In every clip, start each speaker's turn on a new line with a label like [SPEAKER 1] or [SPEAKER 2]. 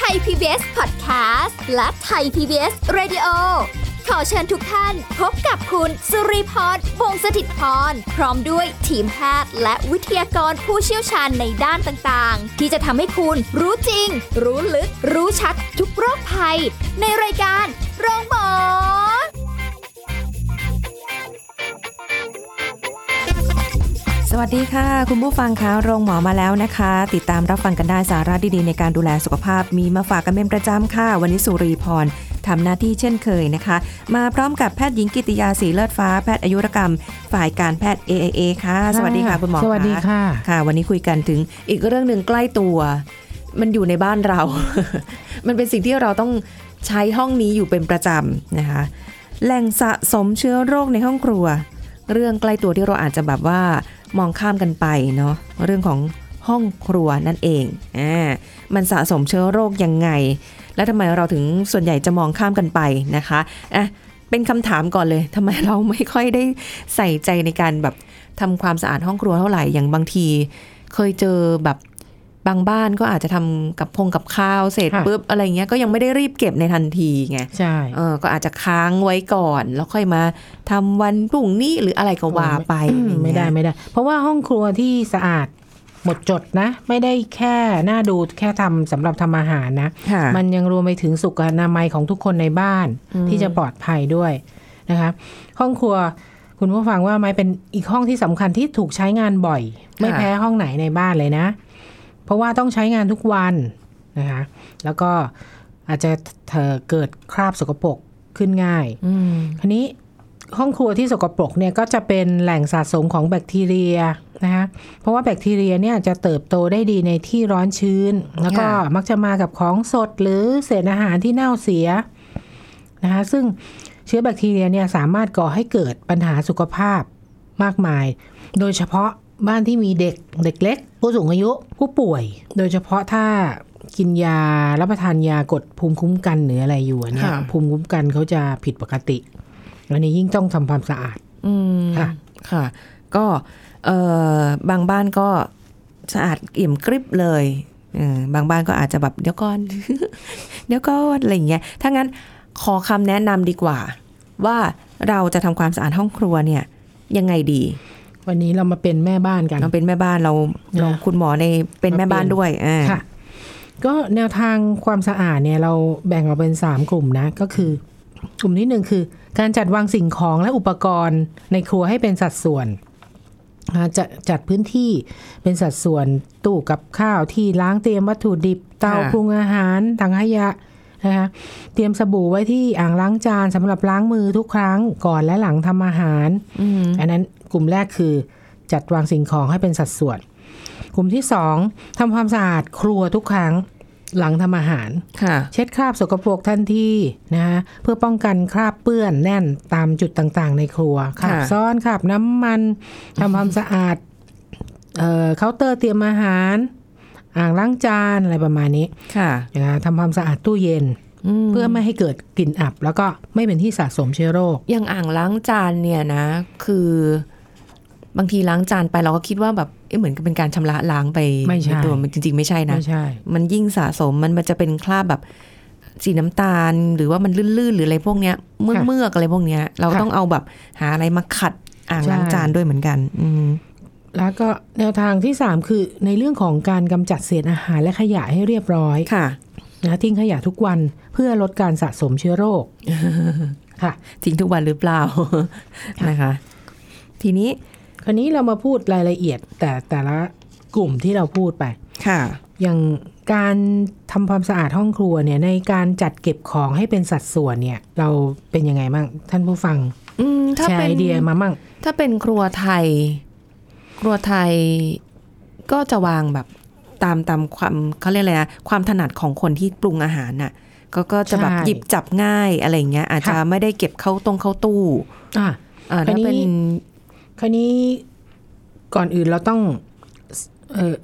[SPEAKER 1] PBS Podcast และไทย PBS Radio ขอเชิญทุกท่านพบกับคุณสุริพรวงศสถิตพร พร้อมด้วยทีมแพทย์และวิทยากรผู้เชี่ยวชาญในด้านต่างๆ ที่จะทำให้คุณรู้จริง รู้ลึก รู้ชัดทุกโรคภัย ในรายการโรงพยาบาล
[SPEAKER 2] สวัสดีค่ะ คุณผู้ฟังคะโรงหมอมาแล้วนะคะ ติดตามรับฟังกันได้สาระดีๆ ในการดูแลสุขภาพมีมาฝากกันเป็นประจำค่ะ วันนี้สุรีพรทำหน้าที่เช่นเคยนะคะ มาพร้อมกับแพทย์หญิงกิติยาสีเลิศฟ้าแพทย์อายุรกรรม ฝ่ายการแพทย์ AAA ค่ะ สวัสดีค่ะคุณหมอ
[SPEAKER 3] สวัสดีค่ะ
[SPEAKER 2] ค่ะ วันนี้คุยกันถึงอีกเรื่องหนึ่งใกล้ตัว มันอยู่ในบ้านเรา มันเป็นสิ่งที่เราต้องใช้ห้องนี้อยู่เป็นประจำนะคะ แหล่งสะสมเชื้อโรคในห้องครัว เรื่องใกล้ตัวที่เราอาจจะแบบว่ามองข้ามกันไปเนาะเรื่องของห้องครัวนั่นเองอ่ามันสะสมเชื้อโรคยังไง แล้วทำไมเราถึงส่วนใหญ่จะมองข้ามกันไปนะคะอ่ะเป็นคำถามก่อนเลยทำไมเราไม่ค่อยได้ใส่ใจในการแบบทำความสะอาดห้องครัวเท่าไหร่อย่างบางที เคยเจอแบบบางบ้านก็อาจจะทำกับพงกับข้าวเสร็จ
[SPEAKER 3] ค่ะ
[SPEAKER 2] ปุ๊บอะไรเงี้ยก็ยังไม่ได้รีบเก็บในทันทีไง
[SPEAKER 3] ใช่
[SPEAKER 2] เออก็อาจจะค้างไว้ก่อน แล้วค่อยมาทำวันพรุ่งนี้หรืออะไรก็ว่าไป
[SPEAKER 3] อืมไม่ได้
[SPEAKER 2] อะรเงี้ย
[SPEAKER 3] ไม่ได้ เพราะว่าห้องครัวที่สะอาดหมดจดนะ ไม่ได้แค่หน้าดูแค่ทำสำหรับทำอาหารนะ
[SPEAKER 2] ค่ะ
[SPEAKER 3] มันยังรวมไปถึงสุขอนามัยของทุกคนในบ้าน
[SPEAKER 2] อืม
[SPEAKER 3] ที่จะปลอดภัยด้วยนะคะ ห้องครัวคุณผู้ฟังว่าไหมเป็นอีกห้องที่สำคัญที่ถูกใช้งานบ่อย ไม่แพ้ห้องไหนในบ้านเลยนะ เพราะว่าต้องใช้งานทุกวันนะคะ แล้วก็อาจจะเอ่อเกิดคราบสกปรกขึ้นง่าย
[SPEAKER 2] อืม
[SPEAKER 3] ทีนี้ห้องครัวที่สกปรกเนี่ยก็จะเป็นแหล่งสะสมของแบคทีเรียนะคะเพราะว่าแบคทีเรียเนี่ยจะเติบโตได้ดีในที่ร้อนชื้น แล้วก็มักจะมากับของสดหรือเศษอาหารที่เน่าเสียนะคะซึ่งเชื้อแบคทีเรียเนี่ยสามารถก่อให้เกิดปัญหาสุขภาพมากมาย โดยเฉพาะบ้านที่มีเด็กเด็กเล็ก ผู้สูงอายุผู้ป่วย โดยเฉพาะถ้ากินยารับประทานยากดภูมิคุ้มกันหรืออะไรอยู่อะเนี่ย
[SPEAKER 2] ค่ะ
[SPEAKER 3] ภูมิคุ้มกันเขาจะผิดปกติ อันนี้ยิ่งต้องทำความสะอาด
[SPEAKER 2] อืม
[SPEAKER 3] ค่ะ
[SPEAKER 2] ค่ะ ก็เออบางบ้านก็สะอาดเอี่ยมกริบเลยเออบางบ้านก็อาจจะแบบเดี๋ยวก่อน เดี๋ยวก่อนอะไรอย่างเงี้ยถ้างั้นขอคำแนะนำดีกว่า ว่าเราจะทำความสะอาดห้องครัวเนี่ย ยังไงดี
[SPEAKER 3] วันนี้เรามาเป็นแม่บ้านกัน
[SPEAKER 2] เราเป็นแม่บ้านเรา
[SPEAKER 3] นะ
[SPEAKER 2] เราคุณหมอในเป็นแม่บ้าน
[SPEAKER 3] เราเป็น
[SPEAKER 2] ด้วยอ่า
[SPEAKER 3] ค่ะ ก็แนวทางความสะอาดเนี่ยเราแบ่งออกเป็น 3 กลุ่มนะ ก็คือ กลุ่มที่หนึ่งคือ การจัดวางสิ่งของและอุปกรณ์ในครัวให้เป็นสัดส่วนอ่าจะจัดพื้นที่เป็นสัดส่วนตู้กับข้าวที่ล้างเตรียมวัตถุดิบ เตาปรุงอาหารถังขยะนะคะเตรียมสบู่ไว้ที่อ่างล้างจานสำหรับล้างมือทุกครั้งก่อนและหลังทำอาหาร
[SPEAKER 2] อืม
[SPEAKER 3] อันนั้นกลุ่มแรกคือจัดวางสิ่งของให้เป็นสัดส่วน กลุ่มที่สองทำความสะอาดครัวทุกครั้งหลังทำอาหาร
[SPEAKER 2] ค่ะ
[SPEAKER 3] เช็ดคราบสกปรกทันทีนะคะเพื่อป้องกันคราบเปื้อนแน่นตามจุดต่างๆ ในครัวคราบ
[SPEAKER 2] ค่ะ
[SPEAKER 3] ซ้อนคราบน้ำมันทำความสะอาดเอ่อเคาน์เตอร์เตรียมอาหาร อ่างล้างจานอะไรประมาณนี้
[SPEAKER 2] ค่ะ
[SPEAKER 3] นะคะทำความสะอาดตู้เย็น
[SPEAKER 2] เพื่
[SPEAKER 3] เพื่
[SPEAKER 2] อ
[SPEAKER 3] อไม่ให้เกิดกลิ่นอับ แล้วก็ไม่เป็นที่สะสมเชื้อโรค
[SPEAKER 2] อย่างอ่างล้างจานเนี่ยนะ คือ บางทีล้างจานไปเราก็คิดว่าแบบเอ๊ะเหมือนกับเป็นการชำระล้างไป
[SPEAKER 3] ไม่ใช่
[SPEAKER 2] นตัวมันจริง ๆ ไม่ใช่นะ
[SPEAKER 3] ไม่ใช่
[SPEAKER 2] มันยิ่งสะสมมันมันจะเป็นคราบแบบ สีน้ำตาลหรือว่ามันลื่นๆหรืออะไรพวกเนี้ยเมือก
[SPEAKER 3] ค่ะ
[SPEAKER 2] เมือกๆอะไรพวกเนี้ย เรา
[SPEAKER 3] ค่ะ
[SPEAKER 2] ต้องเอาแบบหาอะไรมาขัดอ่าง
[SPEAKER 3] ใช่
[SPEAKER 2] ล้างจานด้วยเหมือนกัน อืม
[SPEAKER 3] แล้วก็แนวทางที่ 3 คือในเรื่องของการกำจัดเศษอาหารและขยะให้เรียบร้อย
[SPEAKER 2] ค่ะ
[SPEAKER 3] นะทิ้งขยะทุกวันเพื่อลดการสะสมเชื้อโรค ค่ะ
[SPEAKER 2] ทิ้งทุกวันหรือเปล่า
[SPEAKER 3] ค่ะ
[SPEAKER 2] นะคะ ทีนี้
[SPEAKER 3] คราวนี้เรามาพูดรายละเอียด แต่แต่ละกลุ่มที่เราพูดไป
[SPEAKER 2] ค่ะ
[SPEAKER 3] อย่างการทำความสะอาดห้องครัวเนี่ยในการจัดเก็บของให้เป็นสัดส่วนเนี่ย เราเป็นยังไงบ้างท่านผู้ฟัง
[SPEAKER 2] อืมถ้า
[SPEAKER 3] แชร์
[SPEAKER 2] เป็น
[SPEAKER 3] ไอเดียมามั่ง
[SPEAKER 2] ถ้าเป็นครัวไทย ครัวไทยก็จะวางแบบตามตามความเขาเรียกอะไรนะความถนัดของคนที่ปรุงอาหารน่ะ ก็ก็จะแบบ
[SPEAKER 3] ใช่
[SPEAKER 2] หยิบจับง่ายอะไรอย่างเงี้ย อาจจะ
[SPEAKER 3] ค่ะ
[SPEAKER 2] ไม่ได้เก็บเข้าตรงเข้าตู้
[SPEAKER 3] อ่ะ
[SPEAKER 2] อ่า
[SPEAKER 3] อัน
[SPEAKER 2] ถ้า
[SPEAKER 3] นี้
[SPEAKER 2] เป็น
[SPEAKER 3] คราวนี้ก่อนอื่นเราต้องเออ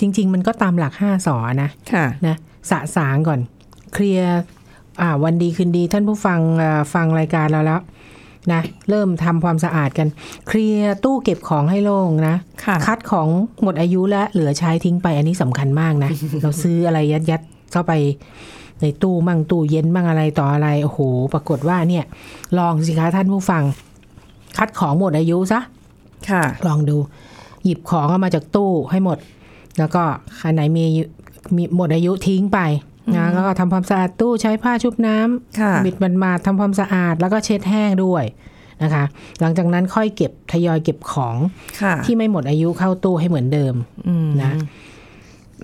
[SPEAKER 3] จริง ๆ มันก็ตามหลัก5สอนะ
[SPEAKER 2] ค่ะ
[SPEAKER 3] นะสะสางก่อน เคลียร์อ่าวันดีคืนดี ท่านผู้ฟังเอ่อฟังรายการเราแล้วนะเริ่มทำความสะอาดกัน เคลียร์ตู้เก็บของให้โล่งนะ
[SPEAKER 2] ค่ะ
[SPEAKER 3] คัดของห มดอายุและเหลือใช้ทิ้งไปอันนี้สำคัญมากนะ เราซื้ออะไรยัดยัดๆเข้าไป ในตู้มั่งตู้เย็นมั่งอะไรต่ออะไรโอ้โหปรากฏว่าเนี่ย ลองสิคะท่านผู้ฟัง คัดของหมดอายุซะ
[SPEAKER 2] ค่ะ
[SPEAKER 3] ลองดู หยิบของออกมาจากตู้ให้หมด แล้วก็อันไหนมีมีหมดอายุทิ้งไปนะแล้วก็ทำความสะอาดตู้ใช้ผ้าชุบน้ำ
[SPEAKER 2] ค่ะ
[SPEAKER 3] บิดมันมาทำความสะอาดแล้วก็เช็ดแห้งด้วยนะคะ หลังจากนั้นค่อยเก็บทยอยเก็บของ
[SPEAKER 2] ค่ะ
[SPEAKER 3] ที่ไม่หมดอายุเข้าตู้ให้เหมือนเดิม
[SPEAKER 2] อืม
[SPEAKER 3] นะ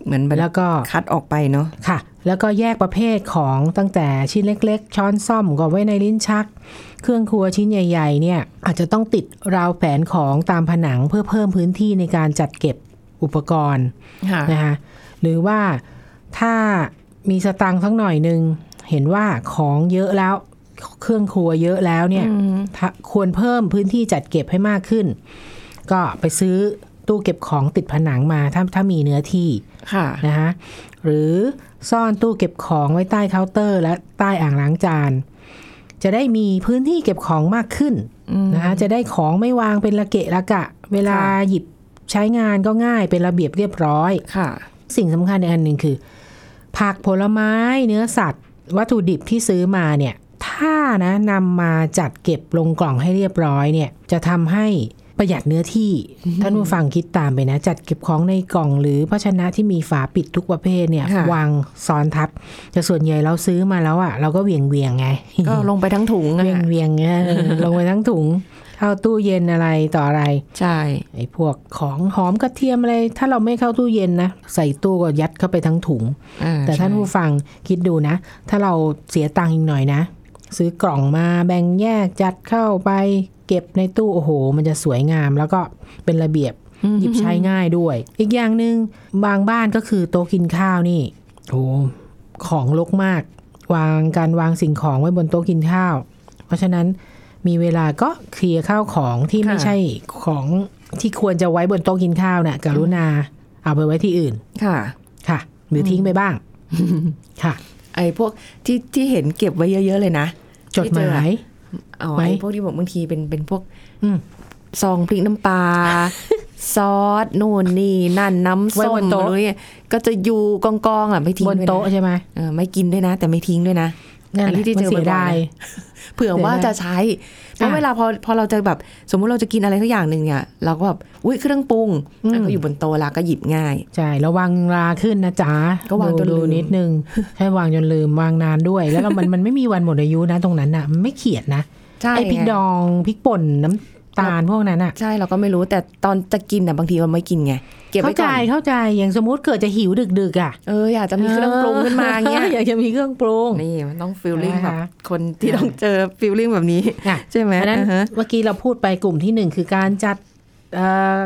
[SPEAKER 2] เหมือนแบบ
[SPEAKER 3] แล้วก็
[SPEAKER 2] คัดออกไปเนาะ
[SPEAKER 3] ค่ะ แล้วก็แยกประเภทของตั้งแต่ชิ้นเล็กๆ ช้อนซ่อมก็ไว้ในลิ้นชัก เครื่องครัวชิ้นใหญ่ ๆ เนี่ย อาจจะต้องติดราวแผนของตามผนังเพื่อเพิ่มพื้นที่ในการจัดเก็บอุปกรณ์
[SPEAKER 2] ค่ะ
[SPEAKER 3] นะคะหรือว่าถ้ามีสตังค์สักหน่อยหนึ่งเห็นว่าของเยอะแล้วเครื่องครัวเยอะแล้วเนี่ยถ้าควรเพิ่มพื้นที่จัดเก็บให้มากขึ้น ก็ไปซื้อตู้เก็บของติดผนังมาถ้าถ้ามีเนื้อที่
[SPEAKER 2] ค่ะ
[SPEAKER 3] นะคะหรือซ่อนตู้เก็บของไว้ใต้เคาน์เตอร์ และใต้อ่างล้างจาน จะได้มีพื้นที่เก็บของมากขึ้นนะคะจะได้ของไม่วางเป็นระเกะระกะ เวลา
[SPEAKER 2] ค่ะ
[SPEAKER 3] หยิบใช้งานก็ง่ายเป็นระเบียบเรียบร้อย
[SPEAKER 2] ค่ะ
[SPEAKER 3] สิ่งสำคัญอีกอันหนึ่งคือ ผักผลไม้เนื้อสัตว์ วัตถุดิบที่ซื้อมาเนี่ยถ้านะนำมาจัดเก็บลงกล่องให้เรียบร้อยเนี่ยจะทำให้ประหยัดเนื้อที่ท่านผู้ฟังคิดตามไปนะ จัดเก็บของในกล่องหรือภาชนะที่มีฝาปิดทุกประเภทเนี่ย
[SPEAKER 2] ค่ะ
[SPEAKER 3] วางซ้อนทับแต่ส่วนใหญ่เราซื้อมาแล้วอะ่ะเราก็เวียงเวียงๆไง
[SPEAKER 2] ก็ลงไปทั้งถุงอะ
[SPEAKER 3] เวียงเวียงๆเออลงไปทั้งถุงเข้าตู้เย็นอะไรต่ออะไร
[SPEAKER 2] ใช่
[SPEAKER 3] ไอ้พวกของหอมกระเทียมอะไร ถ้าเราไม่เข้าตู้เย็นนะ ใส่ตู้ก็ยัดเข้าไปทั้งถุง
[SPEAKER 2] อ่
[SPEAKER 3] แต่ท่านผู้ฟังคิดดูนะ ถ้าเราเสียตังค์อีกหน่อยนะ ซื้อกล่องมาแบ่งแยกจัดเข้าไป เก็บในตู้โอ้โห มันจะสวยงามแล้วก็เป็นระเบียบหยิบใช้ง่ายด้วย อีกอย่างหนึง่งบางบ้านก็คือโต๊ะกินข้าวนี่โอ้โหของลกมาก วางการวางสิ่งของไว้บนโต๊ะกินข้าว เพราะฉะนั้นมีเวลาก็เคลียร์ข้าวของที่ไม่ใช่ของที่ควรจะไว้บนโต๊ะกินข้าวน่ะกรุณาเอาไปไว้ที่อื่น
[SPEAKER 2] ค่ะ
[SPEAKER 3] ค่ะ หรือทิ้งไปบ้าง ค่ะ
[SPEAKER 2] ไอ้พวกที่ที่เห็นเก็บไว้เยอะ ๆ เลยนะ
[SPEAKER 3] จดห
[SPEAKER 2] ที่เจอ
[SPEAKER 3] มาย
[SPEAKER 2] อะ เอาไอ้
[SPEAKER 3] ไว้
[SPEAKER 2] พวกที่บอกบางทีเป็นเป็นพวก
[SPEAKER 3] อืม
[SPEAKER 2] ซองพริกน้ำปลา ซอสนู่นนี่นั่นน้ำ
[SPEAKER 3] ไว้
[SPEAKER 2] ส้
[SPEAKER 3] บ
[SPEAKER 2] ม
[SPEAKER 3] นโต๊ะ
[SPEAKER 2] อะไรเงี้ยก็จะอยู่กองกองๆอ่ะไม่ทิ้ง
[SPEAKER 3] บน
[SPEAKER 2] ด้วยนะ
[SPEAKER 3] โต๊ะใช่ไหม
[SPEAKER 2] เออไม่กินด้วยนะ แต่ไม่ทิ้งด้วยนะ
[SPEAKER 3] นั่นแห
[SPEAKER 2] อันนี้
[SPEAKER 3] ละ
[SPEAKER 2] ที่
[SPEAKER 3] มัน
[SPEAKER 2] เจอ
[SPEAKER 3] เสีย
[SPEAKER 2] บ่อยๆนะ
[SPEAKER 3] ดาย
[SPEAKER 2] เผื่อว่าจะใช้เพราะ
[SPEAKER 3] อ่ะ
[SPEAKER 2] เวลาพอพอเราจะแบบ สมมุติเราจะกินอะไรสักอย่างหนึ่งเนี่ย เราก็แบบอุ้ยเครื่องปรุง
[SPEAKER 3] อืม
[SPEAKER 2] อ่ะก็อยู่บนโต๊ะละก็หยิบง่าย
[SPEAKER 3] ใช่ระวังราขึ้นนะจ๊ะ
[SPEAKER 2] ก็วางจนลื
[SPEAKER 3] ดู
[SPEAKER 2] ม
[SPEAKER 3] นิดนึง ใช่วางจนลืมวางนานด้วย แล้วเรามันมันไม่มีวันหมดอายุนะตรงนั้นน่ะมันไม่เขียดนะ
[SPEAKER 2] ใช่
[SPEAKER 3] ไอ้พริก
[SPEAKER 2] ไง
[SPEAKER 3] ดองพริกป่นน้ำตาลพวกนั้นอ่ะ
[SPEAKER 2] ใช่เราก็ไม่รู้แต่ตอนจะกินอ่ะบางทีเราไม่กินไง เก็บ
[SPEAKER 3] เข้า
[SPEAKER 2] ไว้
[SPEAKER 3] ใจ
[SPEAKER 2] ก่อน
[SPEAKER 3] เข้าใจอย่างสมมติเกิดจะหิวดึกๆอ่ะ
[SPEAKER 2] เอออยากจะมีเครื่องปรุงขึ้นมาเงี้ย
[SPEAKER 3] อยากจะมีเครื่องปรุง
[SPEAKER 2] นี่มันต้องฟิลลิ่ง
[SPEAKER 3] นะคะ
[SPEAKER 2] แบบคนที่ต้องเจอฟิลลิ่งแบบนี้
[SPEAKER 3] อ่ะ
[SPEAKER 2] ใช่ไหม
[SPEAKER 3] เพราะฉะนั้น
[SPEAKER 2] อ่าฮะ
[SPEAKER 3] เมื่อกี้เราพูดไปกลุ่มที่หนึ่งคือการจัดเอ่อ